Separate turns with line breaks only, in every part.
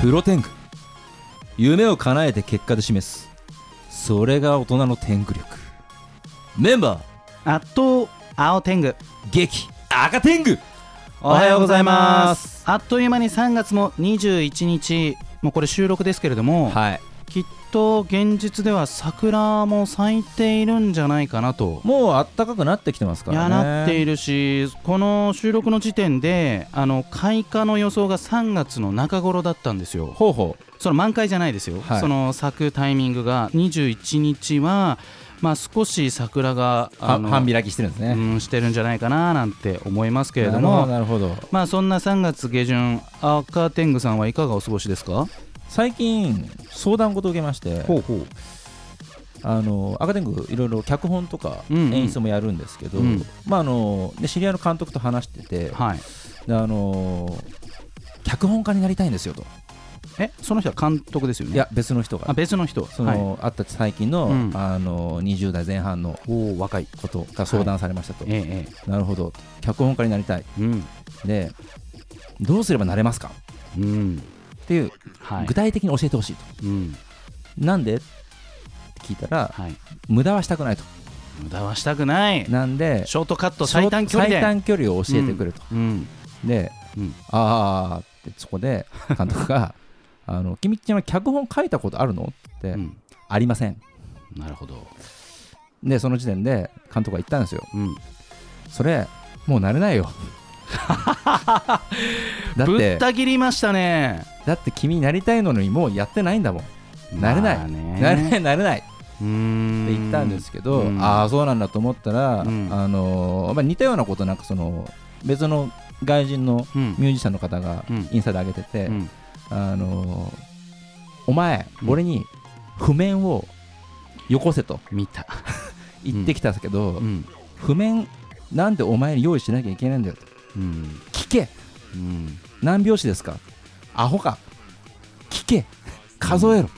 プロテング夢を叶えて結果で示すそれが大人の天狗力メンバー
あと青天狗
激赤天狗おはようございます
あっという間に3月も21日もうこれ収録ですけれども、
はい
きっと現実では桜も咲いているんじゃないかなと
もうあったかくなってきてますからね
やなっているしこの収録の時点であの開花の予想が3月の中頃だったんですよ
ほうほう
その満開じゃないですよ、
はい
その咲くタイミングが21日は、まあ、少し桜が
は
あの
半開きしてるんですね、
うん、してるんじゃないかななんて思いますけれども
なるほどなるほど
まあそんな3月下旬赤天狗さんはいかがお過ごしですか
最近相談事を受けまして
うほう
あの赤天狗いろいろ脚本とか
うんうん
演出もやるんですけど、
うん
まああので知り合いの監督と話してて、
はい
であの脚本家になりたいんですよと
えその人は監督ですよね
いや別の人
あ
が
別の人
そ
はい、
の、あった最近の,、
うん
あの20代前半の
おお若い
ことが相談されましたと、
えええ
なるほど脚本家になりたい
えうん
でどうすればなれますか
うん
っていう
はい
具体的に教えてほしいと、
うん
なんでって聞いたら
はい
無駄はしたくないと
無駄はしたくない
なんで
ショートカット最短距離で
最短距離を教えてくると、
うん
で、
うん
ああってそこで監督 が「あの君ちゃんは脚本書いたことあるの?」って、
うん
ありません」
なるほど
でその時点で監督が言ったんですよ
うん
それもうなれない よだっ
ぶ
て
った切りましたね
だって君になりたいのにもうやってないんだもん、なれない
まあね
なれないなれないって
うーん
言ったんですけど、
うん
ああそうなんだと思ったら、
うん
あのーまあ、似たようなことなんかその別の外人の
うん
ミュージシャンの方が
うん
インスタで上げてて、
うん
あのーお前、
うん
俺に譜面をよこせと
見た
言ってきたんですけど、
うん
譜面なんでお前に用意しなきゃいけないんだよと
うん
聞け
うん
何拍子ですかアホか聞け数えろ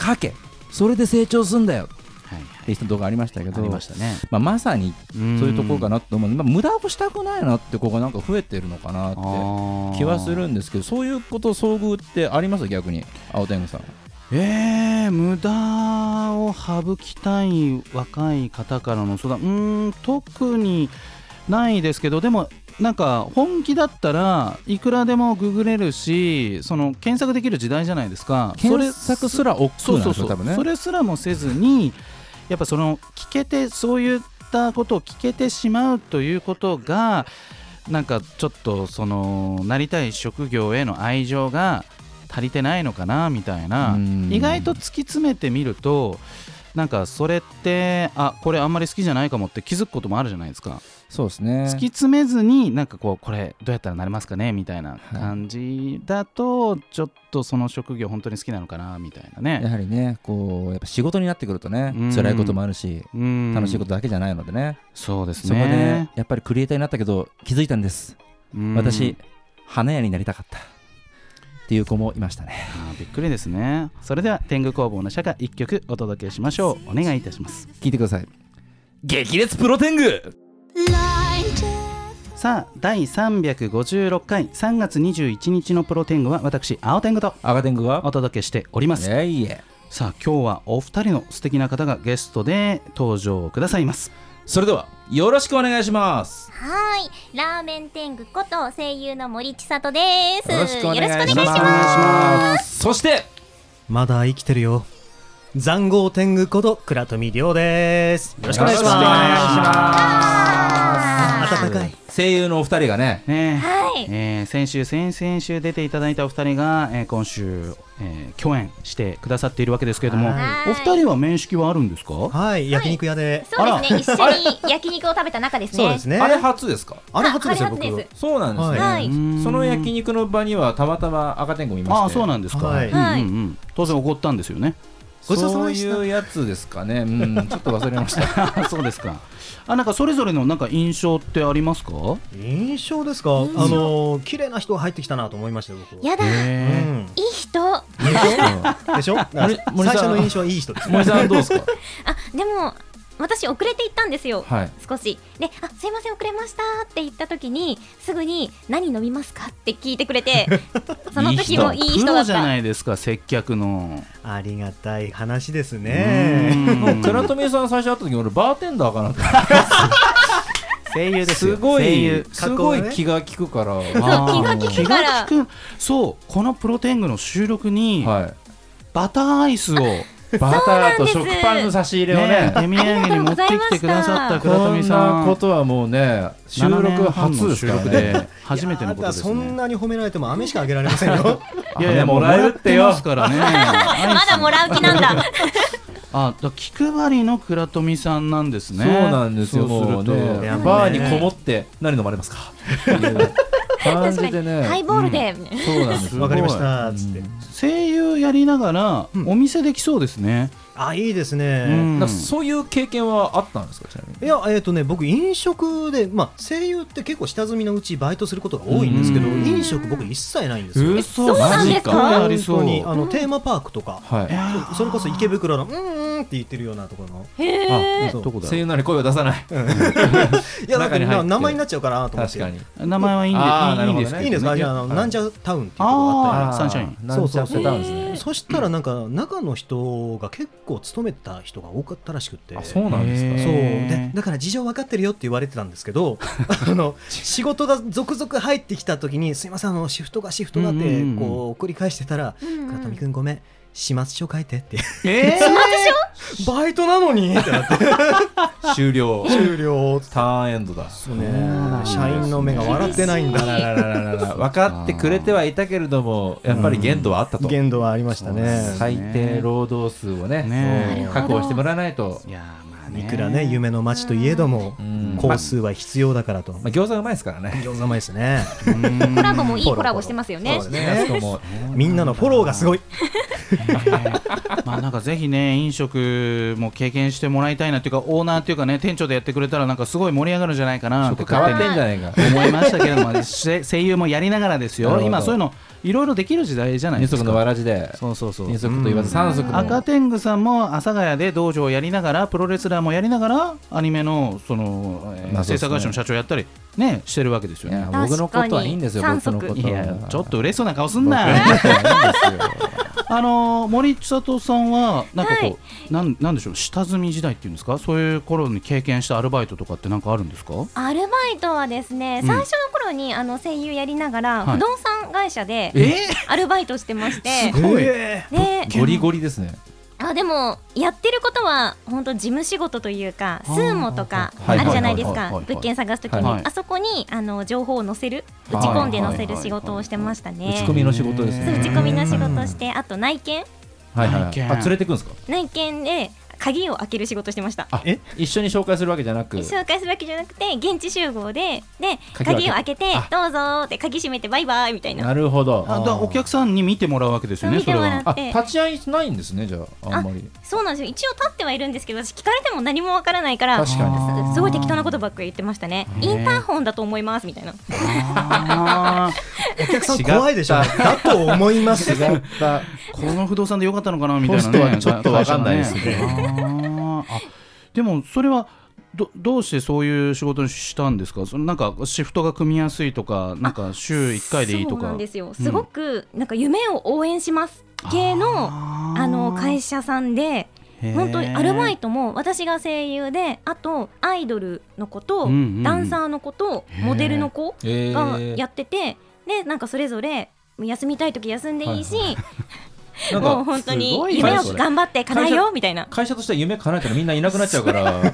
書けそれで成長すんだよ
はいは
っていう動画ありましたけ
い
ど
ありましたね
まあ、まさに
そう
そういうところか
な
なと思う、まあ、無駄をしたくないなってここがなんか増えてるのかなって気はするんですけどそういうこと遭遇ってあります逆に青天狗さん
えー、無駄を省きたい若い方からの相談うーん特にないですけどでもなんか本気だったらいくらでもググれるしその検索できる時代じゃないですか
検索すら億劫
そう
なんで
そう
す
そ
よ多分
う
ね
それすらもせずにやっぱその聞けてそういったことを聞けてしまうということがなんかちょっとそのなりたい職業への愛情が足りてないのかなみたいな
うん
意外と突き詰めてみるとなんかそれってあこれあんまり好きじゃないかもって気づくこともあるじゃないですか
そうですね
突き詰めずになんかこうこれどうやったらなれますかねみたいな感じだとちょっとその職業本当に好きなのかなみたいなね
やはりねこうやっぱ仕事になってくるとね
うん
辛いこともあるし
うん
楽しいことだけじゃないのでね、
そうですね
そこでやっぱりクリエイターになったけど気づいたんです
うん
私花屋になりたかったっていう子もいましたね
あーびっくりですねそれでは天狗工房の社歌一曲お届けしましょうお願いいたします
聞いてください激烈プロテング
さあ第356回3月21日のプロ天狗は私青天狗と
赤天狗
お
が
届けしております
いえいえ
さあ今日はお二人の素敵な方がゲストで登場くださいます
それではよろしくお願いします
はーい、ラーメン天狗こと声優の森千里です。
よろしくお願いします
よろくお願いしま
そして
まだ生きてるよ。残豪天狗こと倉富亮です。よろしくお願いし
よろくお願い
ま。
します
温かい。
す声優のお二人がね
ねえ
はい、
えー先週、先々週出ていただいたお二人が、えー今週、えー共演してくださっているわけですけれども、
はい
お二人は面識はあるんですか
はい、焼肉屋で。
そうですね、
あら
一緒に焼肉を食べた中ですね。
そうですね。
あれ初ですか
あれ初ですよ、
ああ
僕
れ。初で
そうなんですね、
は
はい、
その焼
肉
肉の場にはたまたま赤天狗見まして
ああそう
な
なんですか、
はい
うんうんうん、当然おごったんです よね
ごちそうさま
そう
でした
いうやつですかねうんちょっと忘れました
あそうですかあなんかそれぞれのなんか印象ってありますか
印象ですか。あのー、綺麗な人が入ってきたなと思いましたよ、僕。
やだ、い
うん
え
い人。あ、
でしょでしょ。だから
森森
最
さん
初の印象はいい人です。
森さんどうですか
でも、私遅れて行ったんですよ
はい
少しで「あすいません遅れました」って言った時にすぐに「何飲みますか?」って聞いてくれてその時もいい人だ
ロ
っ
じゃ
た
ないですか接客の
ありがたい話です
う
ね。
ん
倉富さん最初会った時俺バーテンダーかなって
声優です
す
よ。
ご
声
い
優
すご
格好が
い
ね
気が利くから
あー
気が利くから
気が利くそうこのプロテングの収録に、
はい
バターア イスをね
バターと
そ
食
うなんです
パンの差し入れを
手
ね
土産に持ってきてくださった倉
こ
富
ん
さ
なんことはもうね収録初ですからね
初めてのことです
あなたそん
ね
なに褒められても飴しかあげられませんよ。
いやいやもらえるってよ
ますからね
まだもらう気なんだ
あだ気配りの倉富さんなんですね
そうなんですよ
そうす
も
る
う
と
ね
やっぱね
バーにこもって何飲まれますかっていう感
確か
じ
に、
でね
ハイボールで、
そうなんです
ごい
わかりました。つって。
声優やりながら
うん
お店できそうですね、
あ、いいです
う
ね。
ん
なんかそういう経験はあったんですかちなみに
いや、えっ、とね、僕、飲食で、まあ、声優って結構下積みのうちバイトすることが多いんですけど、
うん
飲食僕一切ないんですよ。
嘘
そうなんで
マ
す
ジ
か
かあり
本
そう
当に、あの、テーマパークとか、
はいい
やー
それこそ池袋の、うーんって言ってるようなところの。
へえ
そう
どこだ
声優なのに声を出さない
いや、だっ
中
て
に入って
名前になっちゃうかなと思って。
確かに
名前はいいんで
あーないる
いん
ほ
で
ど
す
ね
け
いいんですか、じゃああの、
はい
なんちゃタウンっていうとこがあっ
あーサンシャイン
なんちゃってたんです
た
ね
り、そしたらなんか、中の人が結構勤めてた人が多かったらしくって。
あそうなんですか
へー
そうでだから事情分かってるよって言われてたんですけどあの仕事が続々入ってきた時にすいませんあのシフトがシフトがっ
うん
て
うんうん
こう送り返してたら
うんう
「倉富
ん
君ごめん始末書書いて」って
え
バイトなのにってなって
終了
終了
ターンエンドだ
そう
そうなん
ね
ですね
社員の目が笑ってないんだ
あらららららら 分かってくれてはいたけれどもやっぱり限度はあったと
限度はありましたね
最低労働数を
ね
ね
え
確保してもらわないと
ーいやーまあ
い
ね
くらね夢の街といえども
うん
工数は必要だからと
まあ餃子うまいですからね
餃子前ですね
うん
コラボもいいコラボしてますよね
そう
ねあそこも
みんなのフォローがすごい
ね まあなんかぜひね飲食も経験してもらいたいなっていうかオーナーっていうかね店長でやってくれたらなんかすごい盛り上がるんじゃないかなって
食変わってんじゃないか
思いましたけれどもせ 声優もやりながらです
な
よ
るほど
今そういうのいろいろできる時代じゃない で
二
す
足の
か
わらじで
そうそうそう
二足と言わず三足の
赤天狗さんも阿佐ヶ谷で道場をやりながらプロレスラーもやりながらアニメのその、えー
まあそうですね
制作会社の社長やったりねしてるわけですよ
いや
ね
僕のことはいいんですよ
確
僕
かに
のこと
い
は
やちょっと嬉しそうな顔すん
僕のこと
な
はいいんですよ
あのー森千里さんはなんかこう、
は
なんなんでしょう下積み時代っていうんですかそういう頃に経験したアルバイトとかってなんかあるんですか
アルバイトはですね、
うん
最初の頃にあの声優やりながら、
はい
不動産会社で
え
アルバイトしてまして
すごい
え
で
ゴリゴリですね
あでもやってることは本当事務仕事というか
あ
ス
ー
ーモとか
はいは
あ
い
るじゃないです
はいはい
か
はい
物件探すときに、
はい
あそこにあの情報を載せる打
はい
ち込んで載せる仕事をしてましたね、
打ち込みの仕事です
そう
ね
打ち込みの仕事してあと内見
はいはいは
内見
いあ連れてくんですか
内見で鍵を開ける仕事してました
あ
え
一緒に紹介するわけじゃなく
紹介するわけじゃなくて現地集合でで
鍵を
鍵を
開
開
け
け
て
てどうぞーって鍵閉めてバイバイみたいな
なるほど
あだからお客さんに見てもらうわけですよね
見
そ
て
れ
もら
は
う
あ立ち会いないんですねじゃああんまり
そうなんですよ一応立ってはいるんですけど私聞かれても何もわからないから
確かに
すすごい適当なことばっかり言ってましたね
へー
インターホンだと思いますみたいな
あ
お客さん怖いでしょだと思います
違った
ーこの不動産でよかったのかなみたいな
ポスト
ね
はちょっとわかんないです
ねあーあでもそれはどどうしてそういう仕事にしたんですかそのなんかシフトが組みやすいとかなんか週一回でいいと
そうな
か
んですよすごくなんか夢を応援します系の
あ
あの会社さんで本当にアルバイ
ト
トも私が声優であとアイドルの子と
うんうんうん
ダンサーの子と
へー
モデルの子
え
がやっててでなんかそれぞれ休みたい時休んでいいし、
なん
もう
か
本当
す
に
ごいね
夢を
それ
頑張って叶え
会
よ
社
うみたいな
会社としては夢叶えたらみんないなくなっちゃうから なんか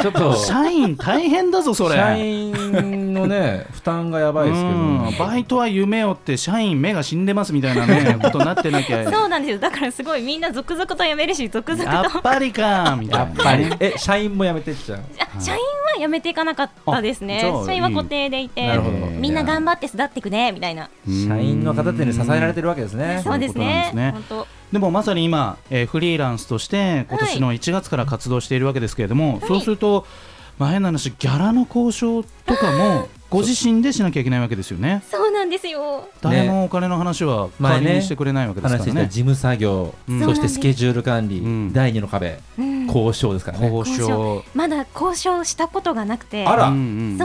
ちょっと
社員大変だぞそれ
社員のね負担がやばいですけど
うん
ね
バイトは夢をって社員目が死んでますみたいな ねことになってなきゃ
そうなんですよだからすごいみんな続々と辞めるし続
や
々と
っぱりかみた
や
いな
っぱりえ社員も辞めてっちゃう
あ社員は辞めていかなかったですね
あじゃあ
社員は固定でいて
なるほど
みんな頑張って育っていくねみたいな
社員の方手に支えられて
る
るわけですね
そうですね
そういうこ
本当
でもまさに今、えーフリーランスとして今年の1月から活動しているわけですけれども、
はい
そうすると、まあ、変な話ギャラの交渉とかもご自身でしなきゃいけないわけですよね
そうなんですよ。
誰もお金の話は代わりにしてくれないわけです
話
か
し
ら
た
ね
事務作業、
うん
そしてスケジュール管理、
うん
第二の壁、
うん
交渉ですからね。
交渉
まだ交渉したことがなくて、
あら
そう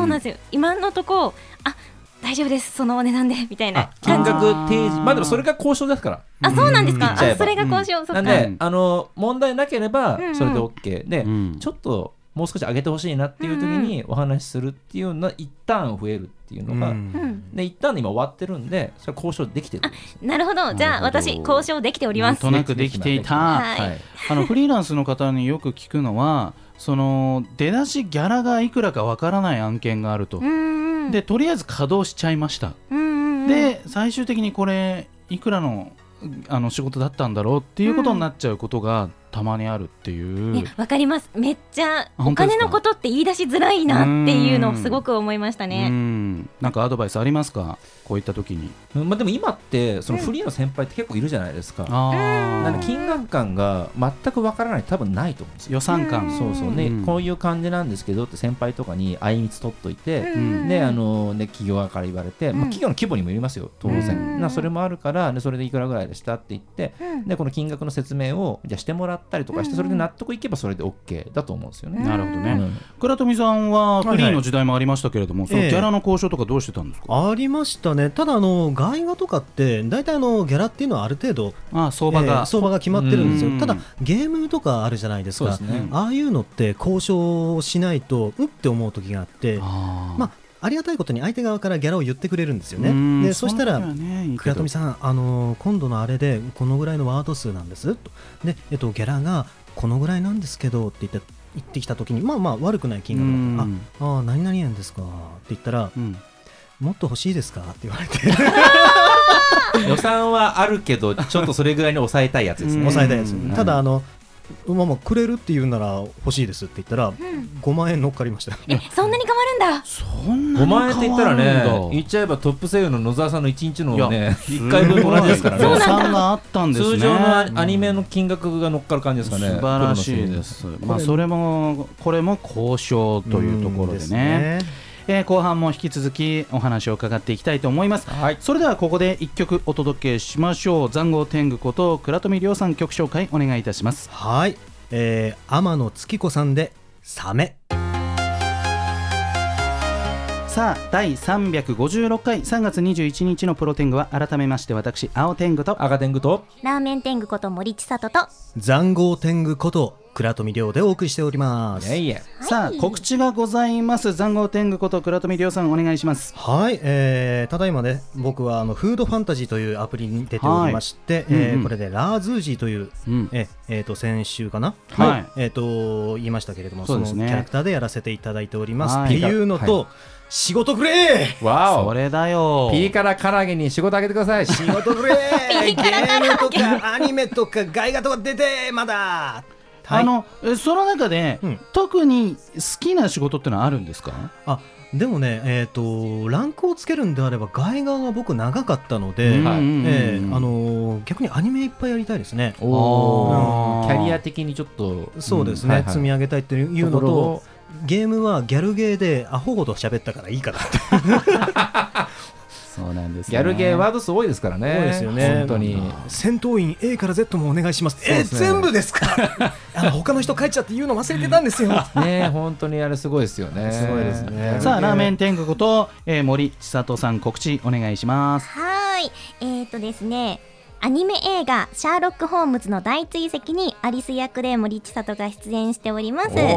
なん
す
ですよ。今のとこ、あ、大丈夫です。そのお値段でみたいな
あ。金
あ
額
ー
提示、まあでもそれが交渉ですから。
あ、そうなんです
言
か。
っちゃえば
あ、それが交渉。そ
な
っか
ん。で、
うん
あの問題なければ
うんうん
それで OK で、
うん
ちょっともう少し上げてほしいなっていう時にお話しするっていうのは一旦増えるっていうのが、
うん
で一旦今終わってるんでそれは交渉できてるんですよ
なるほど。じゃあ
なるほど
私交渉できており
な
ま
ん
す。
となくできていた
はい
はい
あのフリーランスの方によく聞くのはその出だしギャラがいくらかわからない案件があると
う、んうん。
でとりあえず稼働しちゃいました、
うんうんうん、
で最終的にこれいくらのあの仕事だったんだろうっていうことになっちゃうことがたまにあるっていう、
いやわかりますめっちゃ
あ本
お
当です
金
か
のことって言い出しづらいなっていうのをすごく思いました
う
ね。
んなんかアドバイスありますかこういった時に
うんまあ、でも今ってそのフリーの先輩って結構いるじゃないですか、
あ
なん
ー
で金額感が全くわからない多分ないと思うんですよ、
予算感
うん
そうそうね、
うん
こういう感じなんですけどって先輩とかにあいみつ取っといて、
うん
であのね、企業側から言われて、まあ、
うん
企業の規模にもよりますよ、当然。
うん
なそれもあるから、でそれでいくらぐらいでしたって言って、
うん
でこの金額の説明をじゃあしてもらったりとかして、
うん
それで納得いけばそれで OK だと思うんですよね。
なるほどね、
うん
倉富さんはフリーの時代もありましたけれども、
はいはい
そのギャラの交渉とかどうしてたんですか、
ありましたね、ただあの、外貨とかって、大体あのギャラっていうのはある程度、
あー相場が、
えー相場が決まってるんです
う
よ、
ん
ただ、ゲームとかあるじゃないです
そうで
か
す、ね、
うん
ああいうのって交渉しないと、うんって思う時があって、
あー
まあ、ありがたいことに相手側からギャラを言ってくれるんですよ
うん
ね、でそしたら
の時はねいいけど
倉富さん、あのー今度のあれでこのぐらいのワード数なんですとで、えっと、ギャラがこのぐらいなんですけどって言って言ってきたときに、まあまあ悪くない金額だったああー、何々円ですかって言ったら、
うん
もっと欲しいですかって言われて、
予算はあるけど、ちょっとそれぐらいに抑えたいやつですね。
抑えたいです、
うん
ただあの、まあまあ、くれるって言うなら欲しいですって言ったら、
うん
5万円乗っかりました。
えそんなに変わるんだ
そんな
5
に変
万円って言ったらね、
わるん
言っ
だ
ちゃえばトップ声優の野沢さんの1日の
い
ね、1回分同じですから
すごい
そ
ね。
予
うなんだ
算があったんですね
通常のアニアニメの金額が乗っかる感じですかね。
素晴らしいです、まあ、それもこれも交渉というところでね,、
うんす
えー後半も引き続きお話を伺っていきたいと思います
はい。
それではここで一曲お届けしましょう残豪天狗こと倉富亮さん曲紹介お願いいたします
はい、えー、天野月子さんでサメ
さあ第356回3月21日のプロ天狗は改めまして私青天狗と
赤天狗と
ラーメン天狗こと森千里と
残豪天狗こと倉富亮でお送りしております。
いえいえ
さあ告知がございます残豪天狗こと倉富亮さんお願いします
はい、えー、ただいまね、僕はあのフードファンタジーというアプリに出ておりまして、
いうんうん
えーこれでラーズージーという、
うん
ええーと先週かな、
はい
えー、と言いましたけれども
そう
そ,、
ですね
のキャラクターでやらせていただいております。
は
っ
い
ていうのと、仕事くれー
わ
それだよ
ピーから唐揚げに仕事あげてくだ さい。
仕事くれーゲームとかアニメとか外画とか出てーまだーはい
あのえその中で、
うん
特に好きな仕事ってのはあるんですか
あでもね、えー、とランクをつけるんであれば外画が僕長かったので、
うんうんうん
えーあのー逆にアニメいっぱいやりたいですね。
おー
あー
キャリア的にちょっと
そうですね、
んはいはい
積み上げたいっていうの
とことろを
ゲームはギャルゲーでアホほど喋ったからいいかなって
そうなんです
ギャルゲーワード数多いですからね。
多いですよね
本当に。
戦闘員 A から Z もお願いします
うですね
え全部ですかあの他の人帰っちゃって言うの忘れてたんですよ
ね本当にあれすごいですよね。
すごいですね
さあラーメ
ン。
ン天狗こと、えー森千里さん告知お願いします
はーいえー、とですねアニメ映画「シャーロック・ホームズ」の大追跡にアリス役で森千里が出演しております、
お
は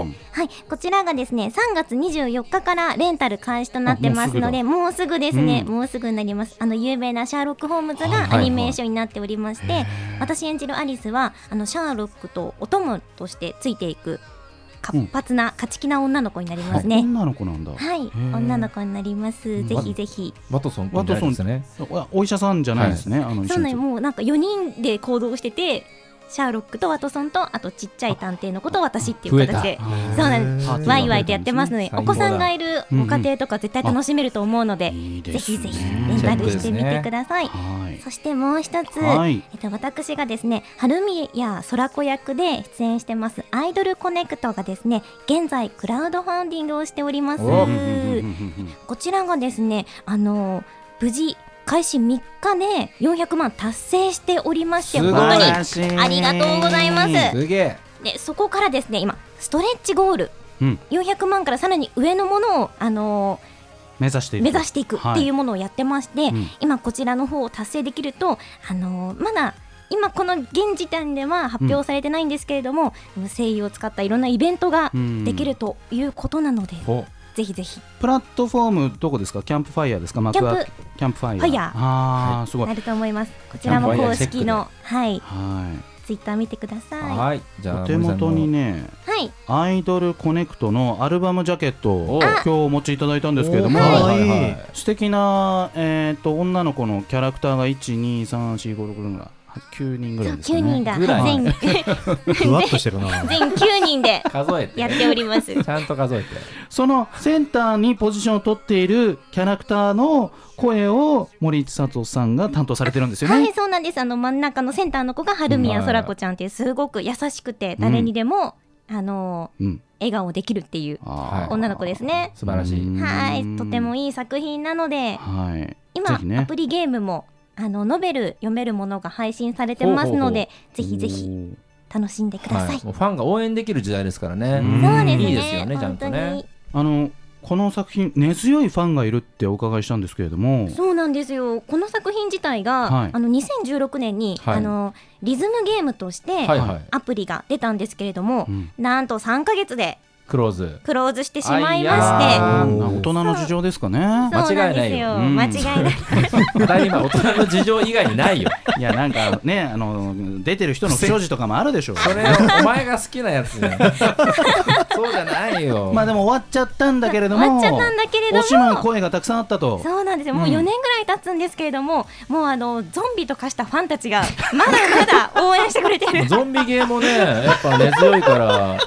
い、こちらがですね3月24日からレンタル開始となってますのでもうすぐですね、
うん
もうすぐになりますあの有名な「シャーロック・ホームズ」
はいはい
が
はい
アニメーションになっておりまして、私演じるアリスはあのシャーロックとお供としてついていく活発な勝ち気な女の子になりますね、
女の子なんだ
はい
ー
女の子になりますぜひぜひ
ワトソン君じゃないですね。
おお医者さんじゃないですね、あの医
そ
者さ
うなん
ん
よもうなんか4人で行動しててシャーロックとワトソンとあとちっちゃい探偵の子と私っていう形でそうなんです
パーティーが
ワイワイとやってますので
最
お
高だ
子さんがいるご家庭とか絶対楽しめると思うので、
いい
ぜ
です
ひぜ
ね
ひレンタルしてみてください、
はいはい
そしてもう一つ、
はい
えっと、私がですね春宮空子役で出演してます「アイドルコネクト」がですね現在クラウドファンディングをしております
うんうんうんうんうん
こちらがですねあの無事開始3日で400万達成しておりまして
すごい
本
当に
当にありがとうございます
すげえ
でそこからですね今ストレッチゴール、
うん
400万からさらに上のものをあの
目指している
目指していくっていうものをやってまして、
うん
今こちらの方を達成できると、あのーまだ今この現時点では発表されてないんですけれども、声優を使ったいろんなイベントが
うん
できるということなので、
ほ
ぜひぜひ
プラットフォームどこですかキャンプファイヤーですかマ
キ
ク
ャ
ア
ンプ
キャンプファイヤー
ファイヤー
ああすごい
なると思います。こちらも公式のはい
は
ツイッター見てください。は
はい
じ
い
ゃあ
お手元に
ね
ね
い、
アイドルコネクトのアルバムジャケットを
お
今日お持ちいただいたんですけれども
お
はい
可
は
愛
い
い
はい
素敵なえっと女の子のキャラクターが一二三四五六ぐらい九人ぐ
そ
ら
う
いですか
9
ね
人が
ぐらい
全
ふわっとしてるな
全9人で
数えて
やっております。
ちゃんと数えて
そのセンターにポジションを取っているキャラクターの声を森市聡さんが担当されてるんですよ
はい、
ね。
そうなんです。あの真ん中のセンターの子が春宮空子ちゃんっていうすごく優しくて誰にでも、あの
うん、
笑顔できるっていう
あー
女の子ですね。
素晴らしい
うん
はい、とてもいい作品なので、
はい。ぜ
今、
ひね
アプリゲームもあのノベル読めるものが配信されてますので、ぜひぜひ楽しんでください。
もうファンが応援できる時代ですからね
うん
そうですね。
いいですよねちゃんとね
本
あのこの作品根強いファンがいるってお伺いしたんですけれども
当に。そうなんですよ。この作品自体が、
はい
あの2016年に、
はい
あのリズムゲームとして、
はいはい
アプリが出たんですけれども、
うん
なんと3ヶ月で
クローズ
クローズしてしまい
あ
ま
あ
ー
ー大人の事情ですかね
して、。そう
間
なん
違いな
で
い
すよ。
よ
うん
間違いない。
当たり前大人の事情以外にないよ
いやなん かねあの出てる人の不祥事とかもあるでしょう。
それをお前が好きなやつじゃ んそうじゃないよ
まあでも終わっちゃったんだけれども。
終わっちゃったんだけれども
おしまい声がたくさんあったと。
そうなんですよもう
うん
4年ぐらい経つんですけれども、もうあのゾンビと化したファンたちがまだまだ応援してくれて る
ゾンビゲーもねやっぱ根強いから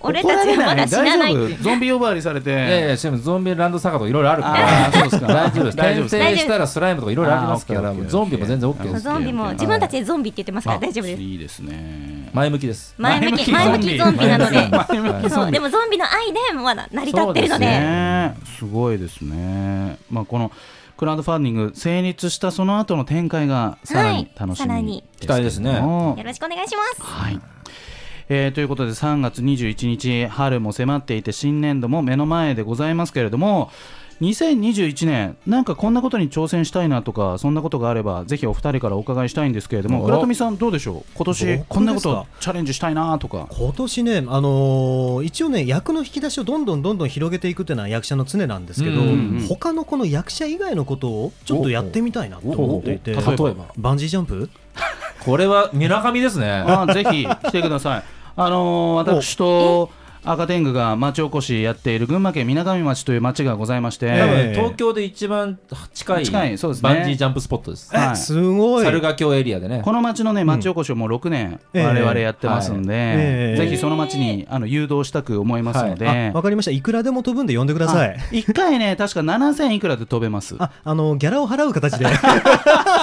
俺たちがまだ死なない
怒られ大丈夫ゾンビ呼ばわりされ
いやい
て。
や、しかもゾンビランドサガとかいろいろあるから
あ、あ、そうですか。
大丈夫です。
大丈夫です。
転生したらスライムとかいろいろありますか
あー
ら、
オッ
も
ケーオッケ
う
ー
ゾンビも全然 OK
夫
で
あ
す。
ゾンビも自分たちでゾンビって言ってますから
あ
大丈夫です
いいですね。
前向きです。
前向き前向きゾンビなので
前向きゾ
そう
ン
で
ビ。
もゾンビの愛でまだ成り立っ
そ
てるの
う
で
です
ねえ、すごいですね。まあこのクラウドファンディング成立したその後の展開がさらに楽し
はいさら
み
に
けれども
期待ですね
よろしくお願いします
はい。えーということで3月21日春も迫っていて新年度も目の前でございますけれども2021年なんかこんなことに挑戦したいなとかそんなことがあればぜひお二人からお伺いしたいんですけれども
お
倉富さんどうでしょう今年
僕
こんなこ
です
と
か
チャレンジしたいなとか
今年ね、あのー一応ね、役の引き出しをどんどんどんどん広げていくっていうのは役者の常なんですけど、
うんうん
うん
他のこの役者以外のことをちょっとやってみたいなと思っていて、
例えば、
バンジージャンプ
これは水上ですね。
あぜひ来てください。あのー私と赤天狗が町おこしやっている群馬県みなかみ町という町がございまして、
多
え
分東京で一番近い
近いそうですね
バンジージャンプスポットです。
はい
すごい。
猿ヶ京エリアでね。
この町のね町おこしをもう6年我々やってますんで、
ええ
ぜひその町にあの誘導したく思いますので、
あわかりました。いくらでも飛ぶんで呼んでください。
1回ね確か7000いくらで飛べます。
あ、あのギャラを払う形で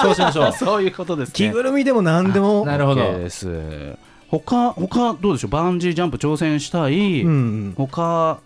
そうしましょう
そういうことですね
着ぐるみでも何でも。
なるほど。
OK です他他どうでしょうバンジージャンプ挑戦したい、
うん、
他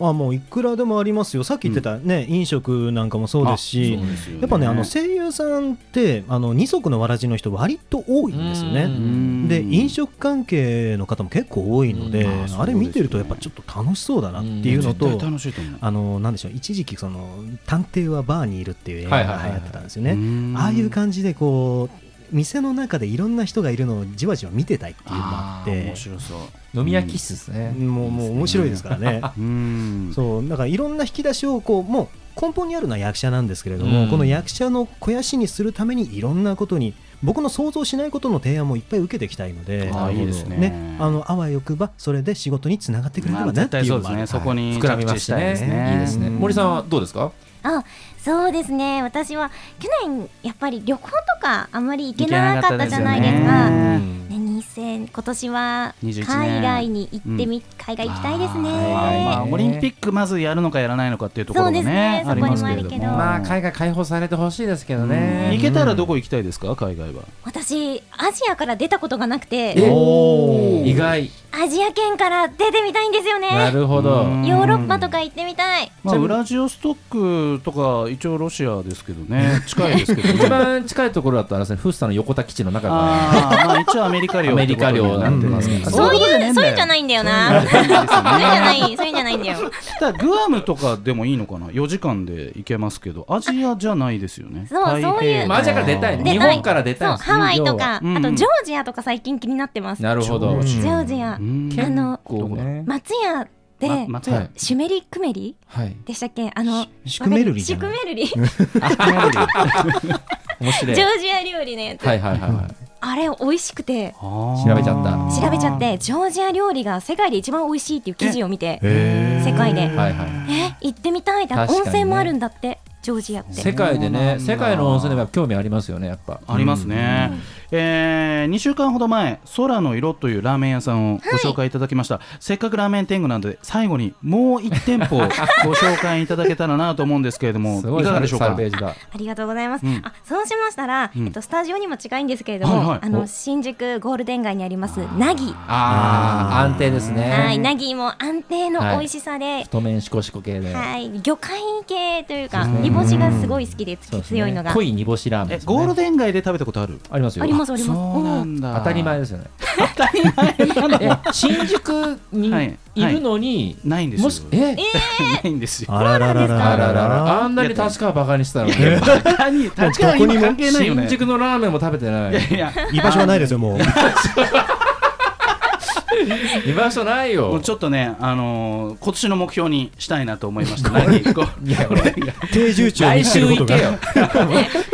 あもういくらでもありますよ、さっき言ってた、ね飲食なんかもそうですし、
あそうですよ
やっぱね、あの声優さんって、あの二足のわらじの人、割と多いんですよね。
うん
で飲食関係の方も結構多いので、
うん
あそうですね
あれ見てるとやっぱちょっと楽しそうだなっていうのと、
絶対楽しいと思う
あのなんでしょう一時期その探偵はバーにいるっていう映画が流行ってたんですよね、
うん
ああいう感じでこう店の中でいろんな人がいるのをじわじわ見てたいっていうのが
あ
あっ
ー
て
面白そう
飲み屋キスですね。
もうもう面白いですからね
うん
そうなんかいろんな引き出しをこうもう根本にあるのは役者なんですけれども、
うん
この役者の肥やしにするためにいろんなことに僕の想像しないことの提案もいっぱい受けていきたいので
あーいいですね
ね、あのあわよくばそれで仕事につながってくれれ
まあ
ばなっ
絶
てい
対
う
そ
の
うで
も
すね
ある
そこ
はい
に
膨らみましたね。
着地したいですね
いいですね。
うん
森さんはどうですか
あそうですね私は去年やっぱり旅行とかあんまり行けなかったじゃないです
行けなかった
か
ですよね
ね、今年は
21年
海外に行ってみ、海外行きたいですね。
あーまあ、
ね
オリンピックまずやるのかやらないのかっていうところもね
そうですね
ありますけれど
そこ
も
にもあるけど
まあ海外解放されてほしいですけど
うん行
ね。
けたらどこ行きたいですか海外は
私アジアから出たことがなく
え
て、
お
意外。
アジア圏から出てみたいんですよ
な
ね。
るほど。
うん
ヨーロッパとか行ってみたい。
まあ、ウラジオストックとか一応ロシアですけどね近いです けど
一
ね
番近いところだったらですね、フッサの横田基地の中から。
あ ーまあ一応アメリカ領
アメリカ領になってます
ね
ね
そういう
ことじゃねえんだ
そう
よ
いうんじゃないんだよな。そういうんじゃない、そういうんじゃないんだよ。
だからグアムとかでもいいのかな4時間で行けますけどアジアじゃないですよね
そう
太平洋
そういう
まあアジアから出たいね。
出
日
たい
本から出
そ
たい
うん
です
ハワイとか、あ
うん
とジョージアとか最近気になってます。ジ
なるほど。
うん
ョージア、あ
うん
の
こうね。
松屋
ま
で
松
は
屋
い
シュメリクメリ
はい。
でしたっけ？あの
シュクメルリじ
シ
ゃ
ュ
な
ク
い
メルリ、ジ
面白
ョ
い。
ージア料理のやつ。
はいはいはいはい。
あれ美味しくて
調べちゃった
調べちゃってジョージア料理が世界で一番美味しいっていう記事を見て世界で
はいはい。
え行ってみたいだ
確かに
温
ね
泉もあるんだってジョージアって
世界でね、
そうなんだ
世界の温泉でもやっぱ興味ありますよね、やっぱ。
ありますね、えー、2週間ほど前「空の色」というラーメン屋さんをご紹介いただきました、せっかくラーメン天狗なので最後にもう1店 舗ご紹介いただけたらなと思うんですけれども
すごい
いか
サ
が
ル
でしょうか
ベージだ。
ありがとうございます、
うん
あそうしましたら、
うん
えっと、スタジオにも近いんですけれども、
はいはい
あ
お
の新宿ゴールデン街にありますナギ
ああ、安定ですね。
はいナギも安定の
はい
美味しさで、はい
太麺しこしこ系で。
魚介系というか
そうですね
煮干しがすごい好きで
そうですね
強いのが、
濃い煮干しラーメン
え
ですね。
ゴールデン街で食べたことある
ありますよ。
ありますあります
そうなんだ
当たり前ですよね。
当たり前なの
え新宿に
はい
いるのに、
ないんですよ
もしえ
ないんですよ
あらららら
あららら
ら
あんなに確かバカにしたのに
確かに確かに今関係ないよね
新宿のラーメンも食べてない
いや
居場所はないですよもう
居場所ない
も
よ
うちょっとねあのー今年の目標にしたいなと思いました何こう
いや俺
定住地を見
来
つけ
週
るこ
行
と
けよ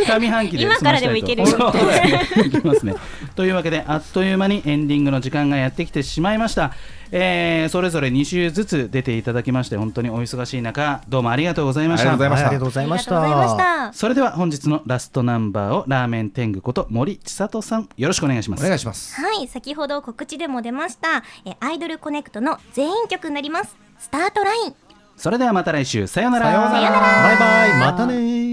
が
上半期で
今からでもいけるよ
済ましたいといきますねというわけであっという間にエンディングの時間がやってきてしまいました、えーそれぞれ2週ずつ出ていただきまして本当にお忙しい中どうもありがとうございました
ありがとうございま
は
し
い
た
ありがとうござい
ありがと
ました
うございました
それでは本日のラストナンバーをラーメン天狗こと森千里さんよろしくお願いしま
お
す
願いします
はい、先ほど告知でも出ました、えーアイドルコネクトの全員曲になります。スタートライン。
それではまた来週さようなら
さようなら
バイバイまたねー